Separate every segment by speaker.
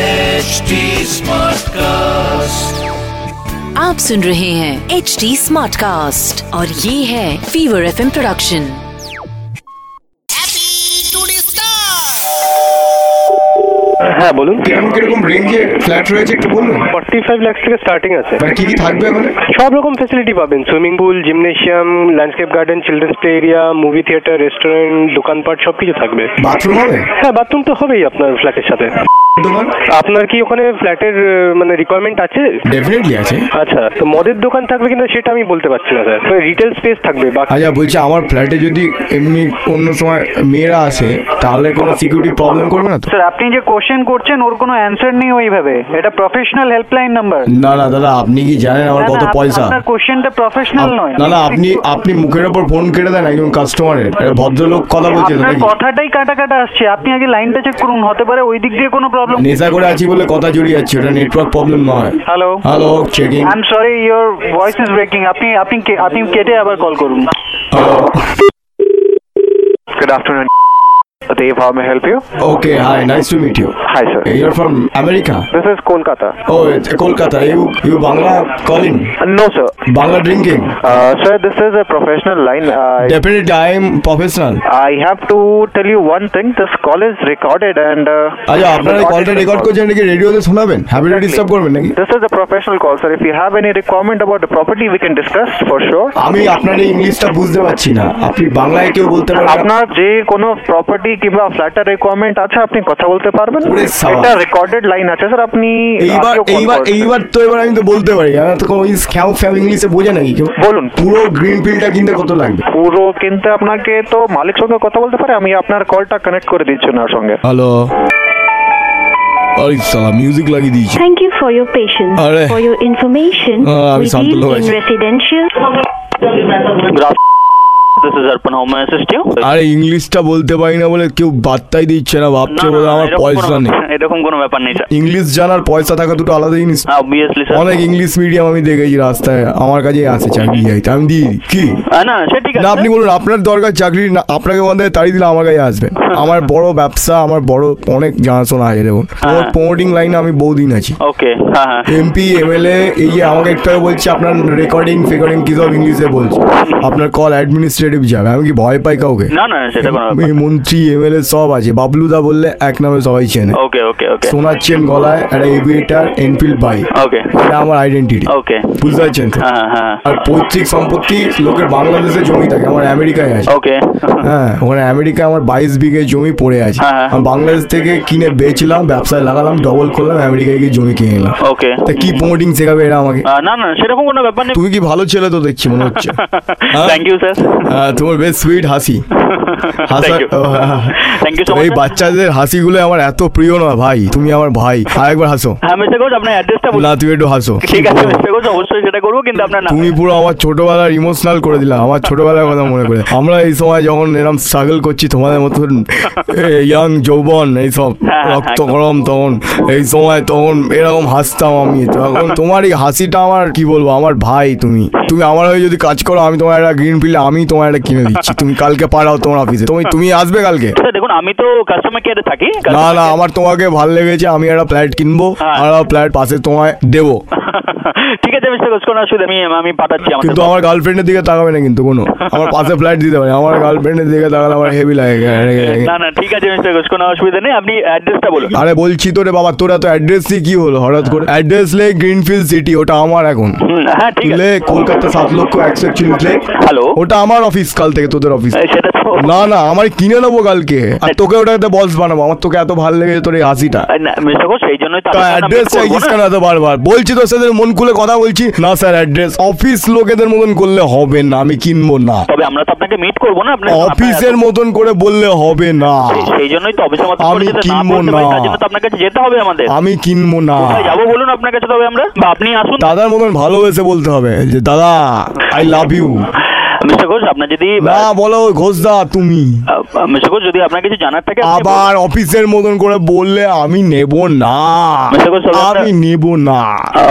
Speaker 1: HD Smartcast.
Speaker 2: आप सुन रहे हैं एच डी स्मार्ट कास्ट और ये है फीवर एफ प्रोडक्शन
Speaker 3: হ্যাঁ বলুন
Speaker 4: কেমন কিরকম রেঞ্জে ফ্ল্যাট রয়েছে একটু বলুন
Speaker 3: ফর্টি ফাইভ ল্যাক্স থেকে স্টার্টিং আছে
Speaker 4: মানে কি কি থাকবে ওখানে
Speaker 3: সব রকম ফেসিলিটি পাবেন swimming pool gymnasium landscape garden children's play area movie theatre restaurant দোকানপাট সব কিছু থাকবে
Speaker 4: বাথরুম হবে
Speaker 3: হ্যাঁ বাথরুম তো হবেই আপনার ফ্ল্যাটের সাথে
Speaker 4: দোকান
Speaker 3: আপনার কি ওখানে ফ্ল্যাটের আহ, মানে রিকোয়ারমেন্ট আছে
Speaker 4: ডেফিনেটলি আছে
Speaker 3: আচ্ছা তো মদের দোকান থাকবে কিনা সেটা আমি বলতে পারছি না স্যার রিটেল স্পেস থাকবে বা
Speaker 4: আচ্ছা বলছি আমার ফ্ল্যাটে যদি এমনি অন্য সময় মেয়েরা আসে তাহলে কোনো সিকিউরিটি প্রবলেম করবে না তো
Speaker 5: স্যার আপনি যে কোশ্চেন করছেন ওর কোনো অ্যান্সার নেই ওইভাবে এটা প্রফেশনাল হেল্পলাইন নাম্বার
Speaker 4: না না দাদা আপনি কি জানেন আমার কত পয়সা
Speaker 5: আপনার কোশ্চেনটা প্রফেশনাল
Speaker 4: আপ-
Speaker 5: নয়
Speaker 4: না না আপনি আপনি মুখের ওপর ফোন কেটে দেন একজন কাস্টমারের ভদ্রলোক কথা বলছে
Speaker 5: আপনার
Speaker 4: নাকি
Speaker 5: কথাটাই কাটা কাটা আসছে আপনি আগে লাইনটা চেক করুন হতে পারে ওই দিক দিয়ে কোনো প্রবলেম
Speaker 4: নেশা করে আছি বলে কথা জড়িয়ে যাচ্ছে ওটা নেটওয়ার্ক প্রবলেম নয়
Speaker 5: hello
Speaker 4: hello checking
Speaker 5: I am sorry your voice is breaking আপনি আপনি কে- আপনি কেটে আবার কল করুন
Speaker 4: hello
Speaker 6: Good afternoon. Dave, how may I help you?
Speaker 4: Okay hi nice to meet you
Speaker 6: Hi, sir.
Speaker 4: You're from America
Speaker 6: This is Kolkata.
Speaker 4: Oh, it's Kolkata. You you Bangla calling?
Speaker 6: Uh, no, sir.
Speaker 4: Bangla drinking?
Speaker 6: Uh, sir, this is a professional line. I,
Speaker 4: Definitely, I am professional.
Speaker 6: I have to tell you one thing. This call is recorded and. Uh,
Speaker 4: আচ্ছা আপনারা
Speaker 6: recorded
Speaker 4: কলটা record
Speaker 6: call.
Speaker 4: করছেন নাকি রেডিওতে শোনাবেন হ্যাবিটা disturb করবেন নাকি
Speaker 6: This is a professional call, sir. If you have any requirement about the property, we can discuss for sure.
Speaker 4: আমি আপনার এই ইংলিশটা বুঝতে পারছি না আপনি বাংলায় কেউ বলতে পারেন না?
Speaker 6: আপনার যে কোনো প্রপার্টি কিংবা ফ্ল্যাটের রিকোয়ারমেন্ট আছে আপনি কথা বলতে পারবেন
Speaker 4: ওরে সাবাস।
Speaker 6: এটা রেকর্ডেড লাইন আছে স্যার আপনি
Speaker 4: এইবার
Speaker 6: আজকেও call
Speaker 4: এইবার
Speaker 6: করবেন।
Speaker 4: এইবার তো এবার আমি তো বলতে পারি আমার তো কোনো স্ক্যাম ফ্যাম ইংলিশে বোঝে নাকি কেউ
Speaker 6: বলুন।
Speaker 4: পুরো গ্রিন পিলটা কিনতে কত লাগবে
Speaker 6: পুরো কিনতে আপনাকে তো মালিক সঙ্গে কথা বলতে পারে আমি আপনার কলটা কানেক্ট করে দিচ্ছি ওনার সঙ্গে
Speaker 4: হ্যালো আরে সালা মিউজিক লাগিয়ে দিয়েছি
Speaker 7: Thank you for your patience.
Speaker 4: Alright.
Speaker 7: For your information,
Speaker 4: Ah, abhi
Speaker 7: we
Speaker 4: Santu
Speaker 7: deal
Speaker 4: log
Speaker 7: in
Speaker 4: aise.
Speaker 7: residential.
Speaker 8: This is Arpan. How may I assist you?
Speaker 4: আরে ইংলিশটা বলতে পারি না বলে কেউ বার্তাই দিচ্ছে না ভাবছে বলে আমার
Speaker 8: এরকম কোনো
Speaker 4: পয়সা নেই
Speaker 8: ব্যাপার- এরকম কোনো ব্যাপার নেই স্যার
Speaker 4: ইংলিশ জানার পয়সা থাকা দুটো আলাদা জিনিস
Speaker 8: অবভিয়াসলি স্যার
Speaker 4: অনেক ইংলিশ মিডিয়াম আমি দেখেছি রাস্তায় আমার কাছে আছে চাকরি চাইতে আমি দিই কি
Speaker 8: না সে ঠিক
Speaker 4: না
Speaker 8: আছে
Speaker 4: আপনি বলুন আপনার দরকার চাকরি না আপনাকে বন্ধে তাড়ি দিলে আমার কাছে আসবে আমার বড় ব্যবসা আমার বড় অনেক জানাশোনা আছে দেখুন আমার
Speaker 8: হ্যাঁ।
Speaker 4: প্রমোটিং লাইনে আমি বহুদিন আছি
Speaker 8: ওকে হ্যাঁ হ্যাঁ
Speaker 4: এমপি এমএলএ এই যে আমাকে একটু আগে বলছে আপনার রেকর্ডিং ফেকর্ডিং কি সব ইংলিশে বলছে আপনার কল অ্যাডমিনিস্ট্রেটিভ যাবে আমি কি ভয় পাই কাউকে
Speaker 8: না না সেটা কোনো
Speaker 4: এই মন্ত্রী এমএলএ সব আছে বাবলুদা বললে এক নামে সবাই চেনে
Speaker 8: ওকে ওকে ওকে
Speaker 4: সোনার চেন গলায় একটা এভিয়েটার এনফিল্ড বাইক
Speaker 8: ওকে
Speaker 4: এটা আমার আইডেন্টিটি
Speaker 8: ওকে
Speaker 4: বুঝতে পারছেন তো?
Speaker 8: হ্যাঁ হ্যাঁ, হ্যাঁ
Speaker 4: আর পৈতৃক সম্পত্তি লোকের বাংলাদেশে জমি থাকে আমার আমেরিকায় আছে
Speaker 8: ওকে
Speaker 4: হ্যাঁ ওখানে আমেরিকায় আমার বাইশ বিঘে জমি পড়ে আছে
Speaker 8: হ্যাঁ, হ্যাঁ।
Speaker 4: আমি বাংলাদেশ থেকে কিনে বেচলাম ব্যবসায় লাগালাম ডবল করলাম আমেরিকায় গিয়ে জমি কিনে নিলাম
Speaker 8: ওকে
Speaker 4: তা কি প্রমোটিং শেখাবে এরা আমাকে
Speaker 8: না না সেরকম কোনো ব্যাপার নেই
Speaker 4: তুমি কি ভালো ছেলে তো দেখছি মনে হচ্ছে হ্যাঁ?
Speaker 8: থ্যাংক ইউ স্যার
Speaker 4: হ্যাঁ, তোমার বেশ সুইট হাসি হাসা
Speaker 8: Thank you. Thank you so
Speaker 4: তো এই
Speaker 8: much.
Speaker 4: বাচ্চাদের হাসিগুলো আমার এত প্রিয় না ভাই তুমি আমার ভাই আর একবার হাসো
Speaker 8: হ্যাঁ মিস্টার ঘোষ আপনার অ্যাড্রেসটা বলুন
Speaker 4: না তুমি একটু হাসো
Speaker 8: ঠিক আছে মিস্টার ঘোষ অবশ্যই সেটা করবো কিন্তু আপনার নাম
Speaker 4: তুমি পুরো আমার ছোটবেলার ইমোশনাল করে দিলা আমার ছোটবেলার কথা মনে করে আমরা এই সময় যখন এরকম স্ট্রাগল করছি তোমাদের মতন ইয়াং যৌবন এইসব
Speaker 8: হ্যাঁ,
Speaker 4: রক্ত
Speaker 8: একদম।
Speaker 4: গরম তখন এই সময় তখন এরকম হাসতাম আমি তখন তোমার এই হাসিটা আমার কি বলবো আমার ভাই তুমি তুমি আমার হয়ে যদি কাজ করো আমি তোমার একটা গ্রিন ফিল্ড আমি তোমার একটা কিনে দিচ্ছি তুমি কালকে পাঠাও তোমার অফিসে তুমি তুমি আসবে কালকে
Speaker 8: স্যার দেখুন আমি তো কাস্টমার কেয়ারে থাকি
Speaker 4: না না আমার তোমাকে ভাল লেগেছে আমি একটা ফ্ল্যাট কিনবো
Speaker 8: হ্যাঁ।
Speaker 4: আর ফ্ল্যাট পাশে তোমায় দেবো
Speaker 8: ঠিক আছে মিস্টার ঘোষ কোনো অসুবিধা আমি আমি পাঠাচ্ছি আমার
Speaker 4: কিন্তু আমার গার্লফ্রেন্ডের দিকে তাকাবে না কিন্তু কোনো আমার পাশে ফ্ল্যাট দিতে পারে আমার গার্লফ্রেন্ডের দিকে তাকালে আমার হেভি লাগে
Speaker 8: না না ঠিক আছে মিস্টার ঘোষ কোনো অসুবিধা নেই আপনি অ্যাড্রেসটা বলুন
Speaker 4: আরে বলছি তো রে বাবা তোরা তো অ্যাড্রেস দিয়ে কি হলো হঠাৎ করে অ্যাড্রেস লে গ্রিনফিল্ড সিটি ওটা আমার এখন
Speaker 8: হুম, হ্যাঁ ঠিক আছে
Speaker 4: লে কলকাতা সাত লক্ষ একশো একচল্লিশ লে
Speaker 8: হ্যালো
Speaker 4: ওটা আমার অফিস কাল থেকে তোদের অফিস
Speaker 8: এই, সেটা তো
Speaker 4: না না আমার কিনে নেবো কালকে আর তোকে ওটাতে বস বানাবো আমার তোকে এত ভালো লেগেছে তোর এই হাসিটা
Speaker 8: মিস্টার ঘোষ সেই জন্যই তো
Speaker 4: তা
Speaker 8: আপনার নাম
Speaker 4: অ্যাড্রেস
Speaker 8: বের
Speaker 4: চাইছিস
Speaker 8: করবো না।
Speaker 4: কেন এত বারবার বলছি তোর সাথে মন খুলে কথা বলছি না স্যার অ্যাড্রেস অফিস লোকেদের মতন করলে হবে না আমি কিনবো না
Speaker 8: তবে আমরা তো আপনাকে মিট করবো না আপনি
Speaker 4: অফিসের
Speaker 8: মানে
Speaker 4: মতন
Speaker 8: আপনার-
Speaker 4: করে বললে হবে না
Speaker 8: সেই- সেই জন্যই তো অফিসের মতো
Speaker 4: আমি
Speaker 8: করে যেতে না
Speaker 4: কিনবো
Speaker 8: বলতে পারি,
Speaker 4: না।
Speaker 8: তার জন্য তো আপনার কাছে যেতে হবে আমাদের
Speaker 4: আমি কিনবো না
Speaker 8: কোথায় যাবো বলুন আপনার কাছে তবে আমরা বা আপনি আসুন
Speaker 4: দাদার মতন ভালোবেসে বলতে হবে যে দাদা I love you
Speaker 8: mister Ghosh আপনার যদি
Speaker 4: না বলো ঘোষদা তুমি
Speaker 8: মিস্টার ঘোষ যদি আপনার কিছু জানার থাকে আপনি
Speaker 4: আবার অফিসের মতন করে বললে আমি নেব না
Speaker 8: Mr. Ghosh, তাহলে
Speaker 4: আমি
Speaker 8: আপনার-
Speaker 4: নেব না
Speaker 8: আচ্ছা,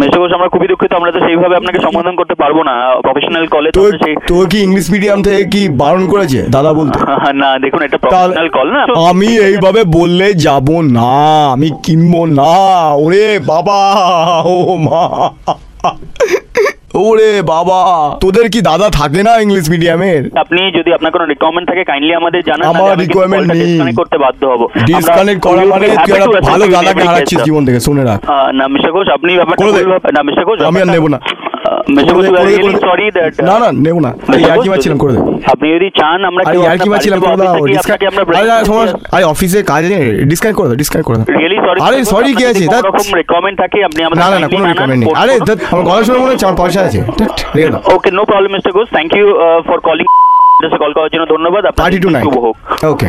Speaker 8: মিস্টার ঘোষ আমরা খুবই দুঃখিত আমরা তো সেইভাবে আপনাকে সমাধান করতে পারবো না প্রফেশনাল কলেজ
Speaker 4: তো
Speaker 8: সেই
Speaker 4: তো কি ইংলিশ মিডিয়াম থেকে কি বারণ করেছে দাদা বলতে
Speaker 8: না দেখুন এটা
Speaker 4: তাহলে-
Speaker 8: প্রফেশনাল কল না
Speaker 4: আমি এইভাবে বললে যাব না আমি কিনবো না ওরে বাবা ও মা ওরে বাবা তোদের কি দাদা থাকে না ইংলিশ মিডিয়ামের
Speaker 8: আপনি যদি আপনার কোনো রিকোয়ারমেন্ট থাকে কাইন্ডলি আমাদের জানান
Speaker 4: আমার
Speaker 8: নাহলে আমি কিন্তু
Speaker 4: requirement
Speaker 8: callটা
Speaker 4: নেই।
Speaker 8: disconnect করতে বাধ্য হব
Speaker 4: ডিসকানেক্ট করা মানে তুই একটা ভালো দাদাকে হারাচ্ছিস জীবন থেকে শুনে রাখ
Speaker 8: না মিস্টার ঘোষ আপনি ব্যাপারটা
Speaker 4: করে দে।
Speaker 8: ভুল ভাব- না মিস্টার ঘোষ
Speaker 4: আমি আর
Speaker 8: ব্যাপারটা-
Speaker 4: নেব না।
Speaker 8: আহ, মিস্টার ঘোষ
Speaker 4: করে দে, করে দে।
Speaker 8: সরি দ্যাট
Speaker 4: না না নেব না এই ইয়ার্কি মারছিলাম করে দে
Speaker 8: আপনি যদি চান আমরা
Speaker 4: আরে
Speaker 8: কেউ
Speaker 4: ইয়ার্কি
Speaker 8: আপনার
Speaker 4: মারছিলাম
Speaker 8: বাড়িতে
Speaker 4: করে দাও
Speaker 8: office থেকে
Speaker 4: ডিসকানেক্ট
Speaker 8: আপনাকে আমরা
Speaker 4: আরে না,
Speaker 8: breakfast
Speaker 4: সমস্যা
Speaker 8: দিয়ে-
Speaker 4: আরে অফিসে কাজ নেই ডিসকানেক্ট করে দাও ডিসকানেক্ট করে দাও
Speaker 8: রিয়েলি সরি
Speaker 4: আরে সরি কি আছে
Speaker 8: কোনো
Speaker 4: ধ্যাৎ।
Speaker 8: রকম মানে রেকমেন্ড থাকে আপনি আমাদের
Speaker 4: না না না কোনো রিকমেন্ড নেই আরে ধ্যাৎ, আমার গলা শুনে মনে হচ্ছে আমার পয়সা আছে ধ্যাৎ, রেখে দাও
Speaker 8: okay no problem mister Ghosh thank you for calling call করার জন্য ধন্যবাদ আপনার
Speaker 4: পার্টি টু
Speaker 8: দিন
Speaker 4: নাইন
Speaker 8: শুভ হোক
Speaker 4: ওকে